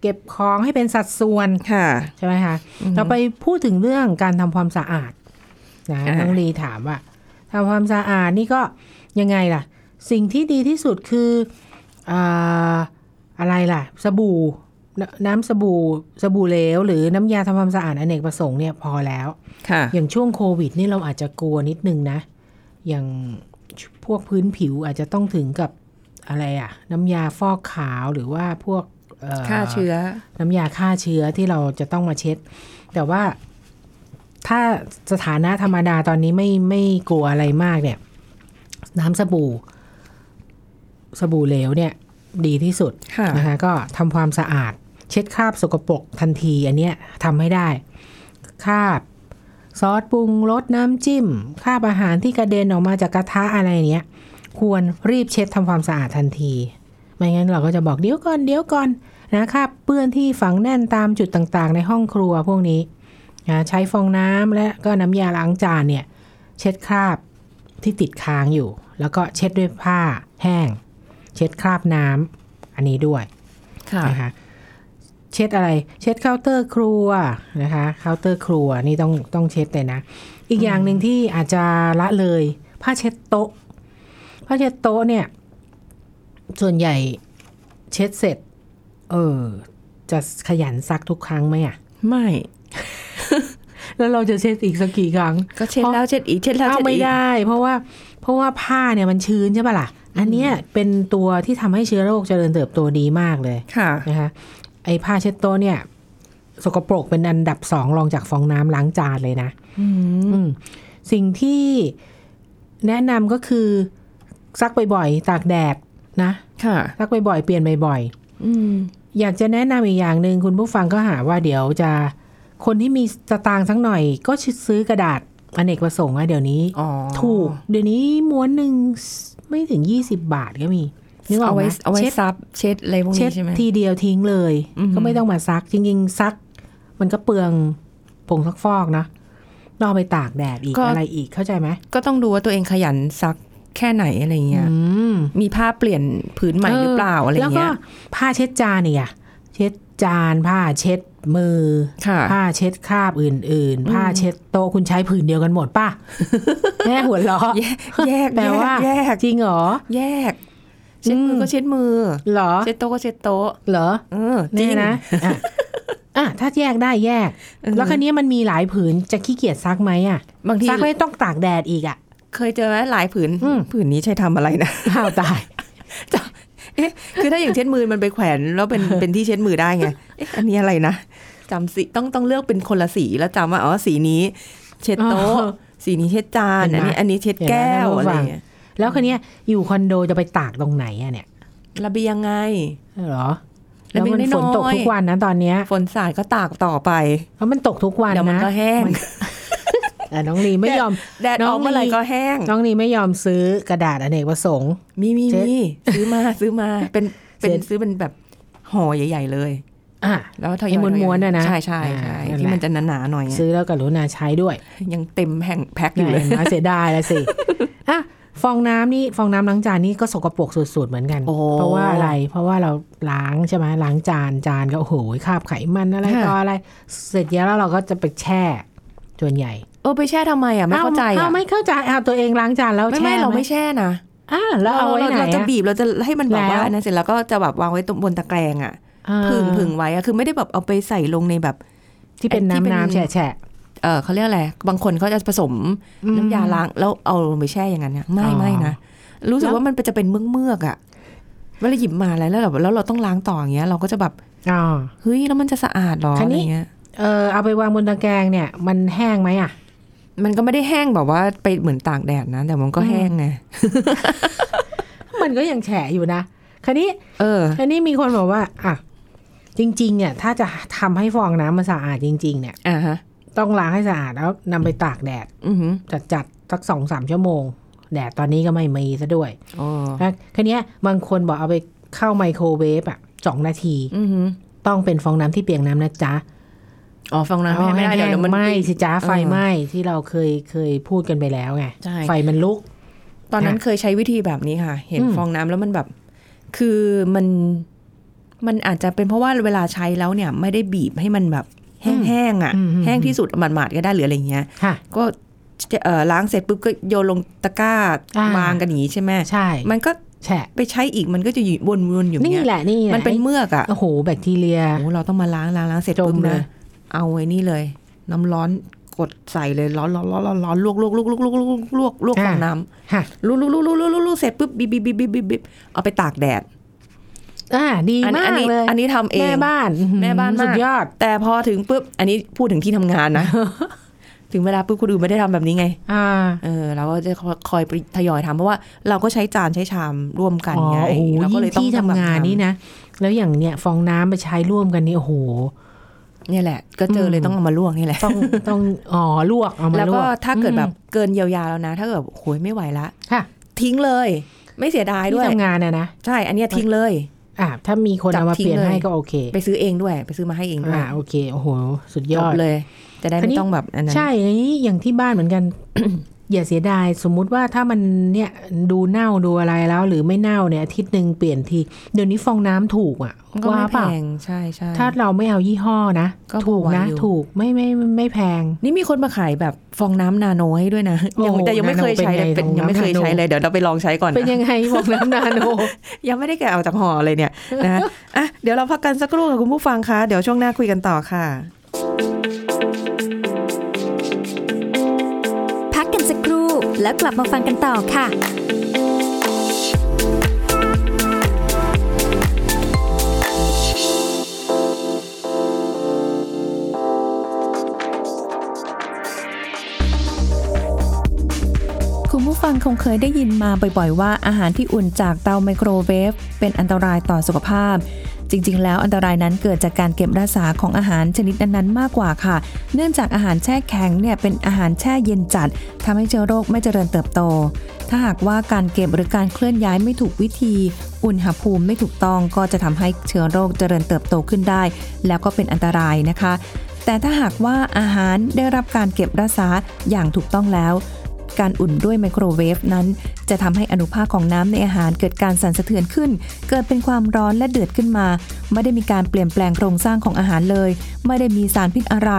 [SPEAKER 3] เก็บของให้เป็นสัดส่วน
[SPEAKER 2] ค่ะ
[SPEAKER 3] ใช่ไหมคะ เราไปพูดถึงเรื่องการทำความสะอาดนะ
[SPEAKER 2] อ่า
[SPEAKER 3] น้องลีถามว่าทำความสะอาดนี่ก็ยังไงล่ะ สิ่งที่ดีที่สุดคืออาอะไรล่ะ สบู่น้ำน้ำสบู่สบู่เหลวหรือน้ำยาทำความสะอาดอเนกประสงค์เนี่ยพอแล้ว
[SPEAKER 2] ค่ะ
[SPEAKER 3] อย่างช่วงโควิดนี่เราอาจจะกลัวนิดนึงนะ อย่างพวกพื้นผิวอาจจะต้องถึงกับอะไรอะน้ำยาฟอกขาวหรือว่าพวกเอ่อ
[SPEAKER 2] ฆ่าเชื้อ
[SPEAKER 3] น้ำยาฆ่าเชื้อที่เราจะต้องมาเช็ด แต่ว่าถ้าสถานะธรรมดาตอนนี้ไม่ไม่กลัวอะไรมากเนี่ย น้ำสบู่ สบู่เหลวเนี่ย ดีที่สุด
[SPEAKER 2] ค่ะ
[SPEAKER 3] นะคะ ก็ทำความสะอาด เช็ดคราบสกปรกทันที อันเนี้ยทำให้ได้คราบซอสปรุงรสน้ำจิ้มคราบอาหารที่กระเด็นออกมาจากกระทะอะไรเนี้ย ควรรีบเช็ดทำความสะอาดทันที ไม่งั้นเราก็จะบอกเดี๋ยวก่อนเดี๋ยวก่อนนะครับเปื้อนที่ฝังแน่นตามจุดต่างๆ ในห้องครัวพวกนี้นะใช้ฟองน้ำและก็น้ำยาล้างจานเนี่ย เช็ดคราบที่ติดค้างอยู่ แล้วก็เช็ดด้วยผ้าแห้ง เช็ดคราบน้ำอันนี้ด้วย
[SPEAKER 2] ค่ะ
[SPEAKER 3] นะคะเช็ดอะไรเช็ดเคาน์เตอร์ครัวนะคะเคาน์เตอร์ครัวนี่ต้องต้องเช็ดเลยนะ อีกอย่างหนึ่งที่อาจจะละเลยผ้าเช็ดโต๊ะ ผ้าเช็ดโต๊ะเนี่ย ส่วนใหญ่เช็ดเสร็จ เออ จะขยันซักทุกครั้งไหมอ่ะ
[SPEAKER 2] ไม่
[SPEAKER 3] แล้วเราจะเช็ดอีกสักกี่ครั้ง
[SPEAKER 2] ก็เช็ดแล้วเช็ดอีกเช็ดแล้ว
[SPEAKER 3] เอา
[SPEAKER 2] เช็ด
[SPEAKER 3] ไม่
[SPEAKER 2] อีก
[SPEAKER 3] ได้ เพราะว่าเพราะว่าผ้าเนี่ยมันชื้นใช่ปะล่ะ อันเนี้ยเป็นตัวที่ทำให้เชื้อโรคเจริญเติบโตดีมากเลย
[SPEAKER 2] ค่ะ
[SPEAKER 3] นะคะไอ้ผ้าเช็ดโต๊ะเนี่ย สกปรกเป็นอันดับสองรองจากฟองน้ำล้างจานเลยนะ อืม สิ่งที่แนะนำก็คือซักบ่อยๆ ตากแดดนะ
[SPEAKER 2] ค่ะ
[SPEAKER 3] ซักบ่อยๆ เปลี่ยนบ่อย
[SPEAKER 2] อืม
[SPEAKER 3] ๆ อยากจะแนะนำอีกอย่างหนึ่งคุณผู้ฟังก็หาว่าเดี๋ยวจะคนที่มีสตางค์สักหน่อย ก็ซื้อกระดาษอเนกประสงค์อะเดี๋ยวนี้
[SPEAKER 2] อ๋อ
[SPEAKER 3] ถูก เดี๋ยวนี้ม้วนหนึ่งไม่ถึง 20 บาทก็มีนึกออ
[SPEAKER 2] เอา
[SPEAKER 3] กไหม
[SPEAKER 2] ไว้เอาไว้
[SPEAKER 3] เช็ด
[SPEAKER 2] ซับเช็ดอะไรพวก
[SPEAKER 3] เช็
[SPEAKER 2] นี้
[SPEAKER 3] ด
[SPEAKER 2] ใช่ไหม
[SPEAKER 3] ทีเดียวทิ้งเลย
[SPEAKER 2] อือหือ
[SPEAKER 3] ก็ไม่ต้องมาซัก จริงๆ ซัก มันก็เปลืองผงซักฟอกนะนอกไปตากแดดอีกอะไรอีกเข้าใจไหม
[SPEAKER 2] ก็ต้องดูว่าตัวเองขยันซักแค่ไหนอะไรเงี้ย
[SPEAKER 3] อืม
[SPEAKER 2] มีผ้าเปลี่ยนผืนใหม่หรือเปล่าอะไร
[SPEAKER 3] แล้วก็
[SPEAKER 2] เงี้ย
[SPEAKER 3] ผ้าเช็ดจานเนี่ย เช็ดจานผ้าเช็ดมือ
[SPEAKER 2] ค่ะ
[SPEAKER 3] ผ้าเช็ดคราบอื่น ๆ ผ้าเช็ดโต๊ะคุณใช้ผืนเดียวกันหมด ป่ะ แม่หัวเราะ
[SPEAKER 2] แยกแยก
[SPEAKER 3] แปลว่า
[SPEAKER 2] แยก
[SPEAKER 3] จริงเหรอ
[SPEAKER 2] แยก เช็ดมือ
[SPEAKER 3] ม
[SPEAKER 2] ก็เช็ดมือ
[SPEAKER 3] เหรอ
[SPEAKER 2] เช็ดโต๊ะก็เช็ดโต๊ะ
[SPEAKER 3] เหรอ
[SPEAKER 2] เออจริ
[SPEAKER 3] เนี่
[SPEAKER 2] ง
[SPEAKER 3] ยนะอ่ะอ่ะถ้าแยกได้แยก
[SPEAKER 2] เออ
[SPEAKER 3] แล้วคันนี้มันมีหลายผืนจะขี้เกียจซักไหมอ่ะ
[SPEAKER 2] บางที
[SPEAKER 3] ซักแล้วต้องตากแดดอีกอ่ะ
[SPEAKER 2] เคยเจอไหมหลายผืน
[SPEAKER 3] อืม
[SPEAKER 2] ผืนนี้ใช้ทำอะไรนะ
[SPEAKER 3] ข้าวต าย
[SPEAKER 2] เอ๊ะ คือถ้าอย่างเช็ดมือมันไปแขวนแล้วเป็น เป็นที่เช็ดมือได้ไง เอ๊ะอันนี้อะไรนะจำสีต้องต้องเลือกเป็นคนละสีแล้วจำว่าอ๋อสีนี้ เช็ดโต๊ะ
[SPEAKER 3] อ๋อ
[SPEAKER 2] สีนี้เช็ดจานอั
[SPEAKER 3] เห็น
[SPEAKER 2] น
[SPEAKER 3] ไหม
[SPEAKER 2] นี้อันนี้เช็ดแก้ว
[SPEAKER 3] เห็นไห
[SPEAKER 2] อะ
[SPEAKER 3] ม
[SPEAKER 2] ไรเงี้ย
[SPEAKER 3] แล้วคันนี้ยอยู่คอนโดจะไปตากตรงไหนอ่ะเนี่ย
[SPEAKER 2] ระเบียงไง
[SPEAKER 3] เหรอ
[SPEAKER 2] แล้
[SPEAKER 3] แล้วว
[SPEAKER 2] มัน
[SPEAKER 3] มันฝน
[SPEAKER 2] น้อยๆ
[SPEAKER 3] ตกทุกวันนะตอนเนี้ย
[SPEAKER 2] ฝนสาดก็ตากต่อไป
[SPEAKER 3] เพราะมันตกทุกวัน
[SPEAKER 2] เดี๋ยวมัน
[SPEAKER 3] นะ
[SPEAKER 2] ก็แห้ง
[SPEAKER 3] แต่น้องลีไม่ยอม
[SPEAKER 2] แดด
[SPEAKER 3] น้อ
[SPEAKER 2] อ
[SPEAKER 3] ง
[SPEAKER 2] อกเมื่อไหร่
[SPEAKER 3] ลี
[SPEAKER 2] ก็แห้ง
[SPEAKER 3] น้องลีไม่ยอมซื้อกระดาษอเนกประสงค์
[SPEAKER 2] มีมี
[SPEAKER 3] เช็ด
[SPEAKER 2] มีซื้อมาซื้อมาเป็นเป็น
[SPEAKER 3] เช็ด
[SPEAKER 2] ซื้อเป็นแบบห่อใหญ่ ๆ เลย
[SPEAKER 3] อ่ะ
[SPEAKER 2] แล้วทยอย
[SPEAKER 3] ไอ้ม้วนๆน่ะนะ
[SPEAKER 2] ใช่ใช่ใช่
[SPEAKER 3] อ่านั่นแหละ
[SPEAKER 2] ที่มันจะหนาๆหน่อยอะ
[SPEAKER 3] ซื้อแล้วกรุณาใช้ด้วย
[SPEAKER 2] ยังเต็มแห่งแพ็คอยู่เลย
[SPEAKER 3] แหม่เสียดายละ สิ อ่ะฟองน้ำนี่ฟองน้ำล้างจานนี่ก็สกปรกสุดๆเหมือนกัน
[SPEAKER 2] โอ้
[SPEAKER 3] เพราะว่าอะไร เพราะว่าเราล้างใช่ไหมล้างจานจานก็โอ้โหคราบไขมันอะไร
[SPEAKER 2] ค่ะ
[SPEAKER 3] ต่ออะไร เสร็จแล้วเราก็จะไปแช่ส่วนใหญ่
[SPEAKER 2] เออไปแช่ทำไมอ่ะไม่เข้าใจ
[SPEAKER 3] อ้
[SPEAKER 2] อ่ะ
[SPEAKER 3] วไม่เข้าใจอ้าวตัวเองล้างจานแล้ว
[SPEAKER 2] ไม่
[SPEAKER 3] แช่
[SPEAKER 2] ไม่เรา
[SPEAKER 3] ห
[SPEAKER 2] ไม่แช่นะ
[SPEAKER 3] อ่ะแล้วเอาไว้ไหน
[SPEAKER 2] เราจะ
[SPEAKER 3] อะ
[SPEAKER 2] บีบเราจะให้มันแบบว่า
[SPEAKER 3] แล้ว
[SPEAKER 2] อันนั้นเสร็จแล้วก็จะแบบวางไว้ตรงบนตะแกรงอ่ะ
[SPEAKER 3] อ่า
[SPEAKER 2] พึ่งพึ่งไว้อ่ะคือไม่ได้แบบเอาไปใส่ลงในแบบ
[SPEAKER 3] ที่เป็น
[SPEAKER 2] ไอ้ที่
[SPEAKER 3] น้ำ
[SPEAKER 2] เป็น
[SPEAKER 3] น้ำแฉะแฉะ
[SPEAKER 2] เออเขาเรียกอะไรบางคนเขาจะผสม
[SPEAKER 3] อืม
[SPEAKER 2] น้ำยาล้างแล้วเอาลงไปแช่อย่างนั้นเนี่ยไม่
[SPEAKER 3] อ๋อ
[SPEAKER 2] ไม่นะรู้สึก
[SPEAKER 3] แล้ว
[SPEAKER 2] ว่ามันจะเป็นเมือกเมือกๆอ่ะเวลาหยิบมาแล้วแล้วแบบแล้วเราต้องล้างต่ออย่างเงี้ยเราก็จะแบบ
[SPEAKER 3] ๆอ่า
[SPEAKER 2] เฮ้ยแล้วมันจะสะอาดหรอ
[SPEAKER 3] คั
[SPEAKER 2] อะ
[SPEAKER 3] น
[SPEAKER 2] ไร
[SPEAKER 3] นี้
[SPEAKER 2] เงี้ย
[SPEAKER 3] เออเอาไปวางบนตะแกรงเนี่ย มันแห้งไหมอ่ะ
[SPEAKER 2] มันก็ไม่ได้แห้งแบบว่าไปเหมือนตากแดดนะ แต่มันก็แห้งไง
[SPEAKER 3] มันก็ยังแฉะอยู่นะคันนี้
[SPEAKER 2] เออ
[SPEAKER 3] อันนี้มีคนบอกว่า อ่ะ จริงๆเนี่ยถ้าจะทำให้ฟองน้ำมันสะอาดจริง ๆ เนี่ย
[SPEAKER 2] อ่าฮะ
[SPEAKER 3] ต้องล้างให้สะอาดแล้วนำไปตากแดด
[SPEAKER 2] อือหือ
[SPEAKER 3] จัดจัดๆสักสองสามชั่วโมง แดดตอนนี้ก็ไม่มีซะด้วย
[SPEAKER 2] โอ้
[SPEAKER 3] นะคันนี้ยบางคนบอกเอาไปเข้าไมโครเวฟอ่ะสองนาที
[SPEAKER 2] อือหือ
[SPEAKER 3] ต้องเป็นฟองน้ำที่เปียกน้ำนะจ๊ะ
[SPEAKER 2] อ๋อฟังนะไม่ได้เดี๋ยวเดี๋ยวมัน
[SPEAKER 3] ไหม้สิจ๊ะไฟ
[SPEAKER 2] เออ
[SPEAKER 3] ไหม้ที่เราเคยเคยพูดกันไปแล้วไง
[SPEAKER 2] ใช่
[SPEAKER 3] ไฟมันลุก
[SPEAKER 2] ตอนนั้นเคยใช้วิธีแบบนี้ค่ะ เห็น
[SPEAKER 3] อืม
[SPEAKER 2] ฟองน้ำแล้วมันแบบ คือมันมันอาจจะเป็นเพราะว่าเวลาใช้แล้วเนี่ย ไม่ได้บีบให้มันแบบแห้งๆอ่ะ แห้งที่สุดหมาดๆก็ได้หรืออะไรเงี้ย
[SPEAKER 3] ค่ะ
[SPEAKER 2] ก็จะเอ่อล้างเสร็จปุ๊บก็โยนลงตะกร้า
[SPEAKER 3] อ่า
[SPEAKER 2] วางกันอย่างนี้ใช่ไหม
[SPEAKER 3] ใช่
[SPEAKER 2] มันก็
[SPEAKER 3] แฉะ
[SPEAKER 2] ไปใช้อีกมันก็จะอยู่วนๆอยู่อย่าง
[SPEAKER 3] นี่
[SPEAKER 2] เงี้ย
[SPEAKER 3] แหละนี่แหละ
[SPEAKER 2] มันเป็นเมือกอ่ะ
[SPEAKER 3] โอ้โหแบคทีเรีย
[SPEAKER 2] โอ้เราต้องมาล้างล้างล้างเสร็จ
[SPEAKER 3] จม
[SPEAKER 2] ปุ๊บ
[SPEAKER 3] เล
[SPEAKER 2] นะ
[SPEAKER 3] ย
[SPEAKER 2] เอาไว้นี่เลย น้ำร้อนกดใส่เลยร้อนร้อนร้อนร้อนร้อนลวกลวกลวกลวกลวกลวกลวกลวกฟองน้
[SPEAKER 3] ค่ะ
[SPEAKER 2] ำลวกลวกลวกลวกลวกลวกลวกเสร็จปุ๊บบีบบีบบีบบีบบีบเอาไปตากแดด
[SPEAKER 3] อ่าดี
[SPEAKER 2] อัน
[SPEAKER 3] มาก
[SPEAKER 2] อันี้
[SPEAKER 3] เลย
[SPEAKER 2] อันนี้ทำเอง
[SPEAKER 3] แม่บ้าน
[SPEAKER 2] แม่บ้านมาก
[SPEAKER 3] สุดยอด
[SPEAKER 2] แต่พอถึงปุ๊บอันนี้พูดถึงที่ทำงานนะ ถึงเวลาปุ๊บคนอื่นไม่ได้ทำแบบนี้ไง
[SPEAKER 3] อ่า
[SPEAKER 2] เออเราก็จะคอยไปทยอยทำเพราะว่าเราก็ใช้จานใช้ชามร่วมกัน
[SPEAKER 3] อ๋อ
[SPEAKER 2] ไง
[SPEAKER 3] โอ้โห
[SPEAKER 2] เราก็
[SPEAKER 3] ยิ่
[SPEAKER 2] เลย
[SPEAKER 3] ง
[SPEAKER 2] ต้อง
[SPEAKER 3] ที่ทำงานนี่นะ แล้วอย่างเนี้ยฟองน้ำไปใช้ร่วมกันนี่โอ้โห
[SPEAKER 2] เนี่ยแหละ ก็เจอเลยต้องเอามาลวกนี่แหละ
[SPEAKER 3] ต้องต้องอ๋อลวกเอามา
[SPEAKER 2] แล้ว
[SPEAKER 3] ลว
[SPEAKER 2] ก็
[SPEAKER 3] ก
[SPEAKER 2] ถ้าเกิดแบบเกินเยียวยาแล้วนะ ถ้าเกิดโอ้ยไม่ไหวละ
[SPEAKER 3] ค่ะ
[SPEAKER 2] ทิ้งเลย ไม่เสียดายด้
[SPEAKER 3] ที่
[SPEAKER 2] วย
[SPEAKER 3] ทำงานนะนะ
[SPEAKER 2] ใช่ อันเนี้ยทิ้งเลย
[SPEAKER 3] อ่าถ้ามีคน
[SPEAKER 2] จับ
[SPEAKER 3] เอามา
[SPEAKER 2] ทิ้ง
[SPEAKER 3] เปลี่ยน
[SPEAKER 2] เลย
[SPEAKER 3] ให้ก็โอเค
[SPEAKER 2] ไปซื้อเองด้วย ไปซื้อมาให้เองด้วย
[SPEAKER 3] อ่าโอเคโอ้โห สุดย
[SPEAKER 2] จ
[SPEAKER 3] อบ ด
[SPEAKER 2] เลย จะได้
[SPEAKER 3] คราวนี้
[SPEAKER 2] ไม่ต้องแบบอันนั้น
[SPEAKER 3] ใช่อันนี้อย่างที่บ้านเหมือนกัน อย่าเสียดาย สมมุติว่าถ้ามันเนี่ยดูเน่าดูอะไรแล้ว หรือไม่เน่าเนี่ยอาทิตย์หนึ่งเปลี่ยนทีเดี๋ยวนี้ฟองน้ำถูกอ่ะ
[SPEAKER 2] มันก็
[SPEAKER 3] ว่า
[SPEAKER 2] ไม่
[SPEAKER 3] เป
[SPEAKER 2] แพ
[SPEAKER 3] ล่า
[SPEAKER 2] ง ใช่ใช่
[SPEAKER 3] ถ้าเราไม่เอายี่ห้อนะ
[SPEAKER 2] ก็พอ
[SPEAKER 3] ถูกนะ
[SPEAKER 2] ไหวอยู่
[SPEAKER 3] ถูกไม่ไม่ไม่ไม่แพง
[SPEAKER 2] นี่มีคนมาขายแบบฟองน้ำนาโนให้ด้วยนะ
[SPEAKER 3] โอ้
[SPEAKER 2] ยัง
[SPEAKER 3] โห
[SPEAKER 2] แต่ยังไม่
[SPEAKER 3] นาโน
[SPEAKER 2] เคยใช้
[SPEAKER 3] เป็นไง
[SPEAKER 2] เลยเป็นยัง
[SPEAKER 3] ฟองน้ำ
[SPEAKER 2] ไม่เคย
[SPEAKER 3] นาโน
[SPEAKER 2] ใช้เลย เดี๋ยวเราไปลองใช้ก่อน
[SPEAKER 3] เป็นยั
[SPEAKER 2] นะ
[SPEAKER 3] งไงบอกน้ำนาโน
[SPEAKER 2] ยังไม่ได้แกะออกจากห่อเลยเนี่ยนะอ่ะเดี๋ยวเราพักกันสักครู่ค่ะคุณผู้ฟังคะ เดี๋ยวช่วงหน้าคุยกันต่อค่ะ
[SPEAKER 1] พักกันสักครู่แล้วกลับมาฟังกันต่อค่ะ
[SPEAKER 4] 「
[SPEAKER 2] คงเคยได้ยินมาบ่อยๆว่าอาหารที่อุ่นจากเตาไมโครเวฟเป็นอันตรายต่อสุขภาพ จริงๆ แล้วอันตรายนั้นเกิดจากการเก็บรักษาของอาหารชนิดนั้นๆ มากกว่าค่ะ เนื่องจากอาหารแช่แข็งเนี่ยเป็นอาหารแช่เย็นจัดทำให้เชื้อโรคไม่เจริญเติบโต ถ้าหากว่าการเก็บหรือการเคลื่อนย้ายไม่ถูกวิธี อุณหภูมิไม่ถูกต้องก็จะทำให้เชื้อโรคเจริญเติบโตขึ้นได้ แล้วก็เป็นอันตรายนะคะ แต่ถ้าหากว่าอาหารได้รับการเก็บรักษาอย่างถูกต้องแล้ว การอุ่นด้วยไมโครเวฟนั้นจะทำให้อนุภาคของน้ำในอาหารเกิดการสั่นสะเทือนขึ้น เกิดเป็นความร้อนและเดือดขึ้นมา ไม่ได้มีการเปลี่ยนแปลงโครงสร้างของอาหารเลย ไม่ได้มีสารพิษอะไร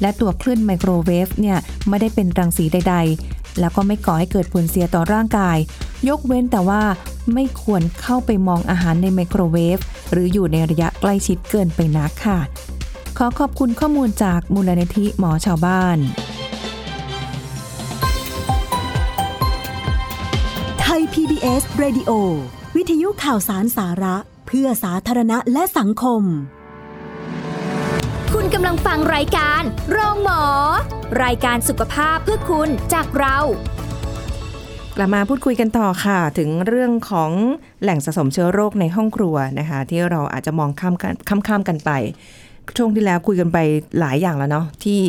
[SPEAKER 2] และตัวคลื่นไมโครเวฟเนี่ยไม่ได้เป็นรังสีใด ๆ แล้วก็ไม่ก่อให้เกิดผลเสียต่อร่างกาย ยกเว้นแต่ว่าไม่ควรเข้าไปมองอาหารในไมโครเวฟหรืออยู่ในระยะใกล้ชิดเกินไปนักค่ะ ขอขอบคุณข้อมูลจากมูลนิธิหมอชาวบ้าน
[SPEAKER 4] ไทย PBS Radio วิทยุข่าวสารสาระ เพื่อสาธารณะและสังคม
[SPEAKER 1] คุณกำลังฟังรายการโรงหมอ รายการสุขภาพเพื่อคุณจากเรา
[SPEAKER 2] กลับมาพูดคุยกันต่อค่ะ ถึงเรื่องของแหล่งสะสมเชื้อโรคในห้องครัวนะคะ ที่เราอาจจะมองข้ามกันข้ามๆกันไป ช่วงที่แล้วคุยกันไปหลายอย่างแล้วเนาะที่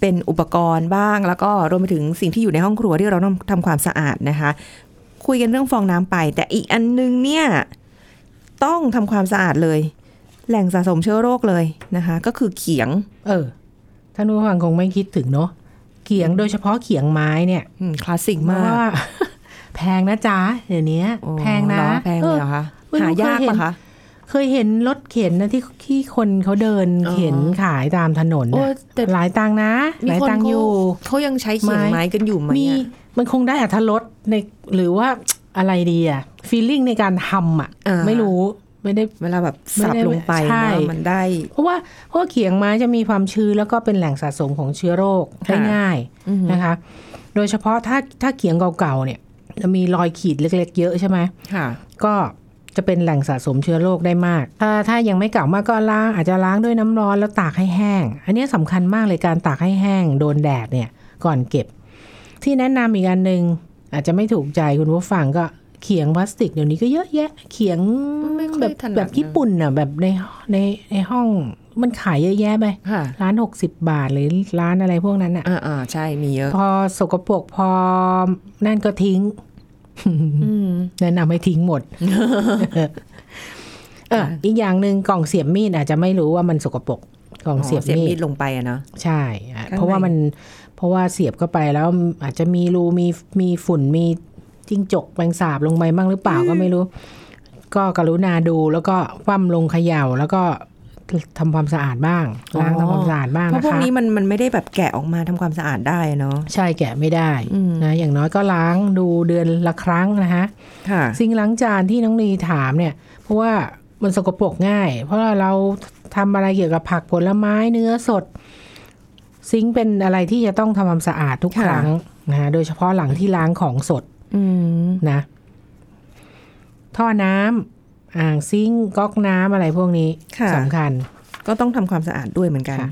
[SPEAKER 2] เป็นอุปกรณ์บ้าง แล้วก็รวมไปถึงสิ่งที่อยู่ในห้องครัวที่เราต้องทำความสะอาดนะคะ คุยกันเรื่องฟองน้ำไป แต่อีกอันนึงเนี่ยต้องทำความสะอาดเลย แหล่งสะสมเชื้อโรคเลยนะคะ ก็คือเขียง
[SPEAKER 3] เออท่านผู้ฟังคงไม่คิดถึงเนาะเขียงโดยเฉพาะเขียงไม้เนี่ย
[SPEAKER 2] อืมคลาสสิก
[SPEAKER 3] เพ
[SPEAKER 2] มา
[SPEAKER 3] ราะ
[SPEAKER 2] ก
[SPEAKER 3] ว่า แพงนะจ๊ะเดี๋ยวนี้
[SPEAKER 2] โอ้
[SPEAKER 3] แพงนะ
[SPEAKER 2] เหรอแพงเลยเหรอ
[SPEAKER 3] ออ
[SPEAKER 2] คะหา
[SPEAKER 3] เออไม่รู้
[SPEAKER 2] ยาก
[SPEAKER 3] เคยเห็น
[SPEAKER 2] ปะคะ
[SPEAKER 3] เคยเห็นรถเข็นนะที่ที่คนเขาเดิน
[SPEAKER 2] อ๋อ
[SPEAKER 3] เข็นขายตามถนน
[SPEAKER 2] โอ้
[SPEAKER 3] น่ะ
[SPEAKER 2] แต่
[SPEAKER 3] หลายตังค์นะ หลายตังค์อยู่
[SPEAKER 2] เขาเขายังใช้เขียง
[SPEAKER 3] ไม้
[SPEAKER 2] ไม้กันอยู่ไหม
[SPEAKER 3] มี
[SPEAKER 2] อะ
[SPEAKER 3] มันคงได้อัธรสในหรือว่า อะไรดีอะฟีลลิ่งในการทำอะ
[SPEAKER 2] อ่า
[SPEAKER 3] ไม่รู้ไม่ได้
[SPEAKER 2] เวลาแบบสับลงไป
[SPEAKER 3] ใช่
[SPEAKER 2] นะมันได้
[SPEAKER 3] เพราะว่าเพราะว่าเขียงไม้จะมีความชื้นแล้วก็เป็นแหล่งสะสมของเชื้อโรคได้
[SPEAKER 2] ค่ะ
[SPEAKER 3] ง่าย
[SPEAKER 2] อือหือ
[SPEAKER 3] นะคะ โดยเฉพาะถ้าถ้าเขียงเก่าๆเนี่ยจะมีรอยขีดเล็กๆ เยอะใช่ไหม
[SPEAKER 2] ค่ะ
[SPEAKER 3] ก็จะเป็นแหล่งสะสมเชื้อโรคได้มาก ถ้าถ้ายังไม่เก่ามากก็ล้างอาจจะล้างด้วยน้ำร้อนแล้วตากให้แห้ง อันนี้สำคัญมากเลยการตากให้แห้งโดนแดดเนี่ยก่อนเก็บ ที่แนะนำอีกอันหนึ่งอาจจะไม่ถูกใจคุณผู้ฟังก็เขียงพลาสติกเดี๋ยวนี้ก็เยอะแยะ เขียง
[SPEAKER 2] ไม่ค่อย
[SPEAKER 3] แบบ
[SPEAKER 2] ถนัด
[SPEAKER 3] แบบ
[SPEAKER 2] นะ
[SPEAKER 3] ญี่ปุ่นอ่ะแบบในในในห้องมันขายเยอะแยะไป
[SPEAKER 2] ค่ะ
[SPEAKER 3] ร้านหกสิบบาทหรือร้านอะไรพวกนั้นอ่ะ
[SPEAKER 2] อ่าอ่าใช่มีเยอะ
[SPEAKER 3] พอสกปรกพอนั่นก็ทิ้ง
[SPEAKER 2] อืม
[SPEAKER 3] แนะนำให้ทิ้ง หมด เอออีกอย่างหนึ่งกล่องเสียบมีดอาจจะไม่รู้ว่ามันสกปรกกล่องเสียบ
[SPEAKER 2] เสียบ
[SPEAKER 3] มี
[SPEAKER 2] มี
[SPEAKER 3] ด
[SPEAKER 2] ดลงไปอะเนาะ
[SPEAKER 3] ใช่อ่ะ
[SPEAKER 2] ข้างใน
[SPEAKER 3] เพราะว่ามันเพราะว่าเสียบเข้าไปแล้วอาจจะมีรูมีมีฝุ่นมีจิ้งจกแมงสาบลงไปบ้างหรือเปล่าก็ไม่รู้ ก็กรุณาดูแล้วก็คว่ำลงเขย่าแล้วก็ทำความสะอาดบ้างล้างทำความสะอาดบ้าง
[SPEAKER 2] เพราะ
[SPEAKER 3] นะ
[SPEAKER 2] พวก
[SPEAKER 3] คะ
[SPEAKER 2] นี้มันมันไม่ได้แบบแกะออกมาทำความสะอาดได้อะเนาะ
[SPEAKER 3] ใช่แกะไม่ได้
[SPEAKER 2] อืม
[SPEAKER 3] นะอย่างน้อยก็ล้างดูเดือนละครั้งนะคะ
[SPEAKER 2] ค่ะ
[SPEAKER 3] สิ่งล้างจานที่น้องนีถามเนี่ย เพราะว่ามันสกปรกง่าย เพราะว่าเราทำอะไรเกี่ยวกับผักผลไม้เนื้อสด ซิงค์เป็นอะไรที่จะต้องทำความสะอาดทุกครั้งนะโดยเฉพาะหลังที่ล้างของสด
[SPEAKER 2] อืม
[SPEAKER 3] นะ ท่อน้ำอ่างซิงค์ก๊อกน้ำอะไรพวกนี้
[SPEAKER 2] ค่ะ
[SPEAKER 3] สำคัญ
[SPEAKER 2] ก็ต้องทำความสะอาดด้วยเหมือนกัน
[SPEAKER 3] ค่ะ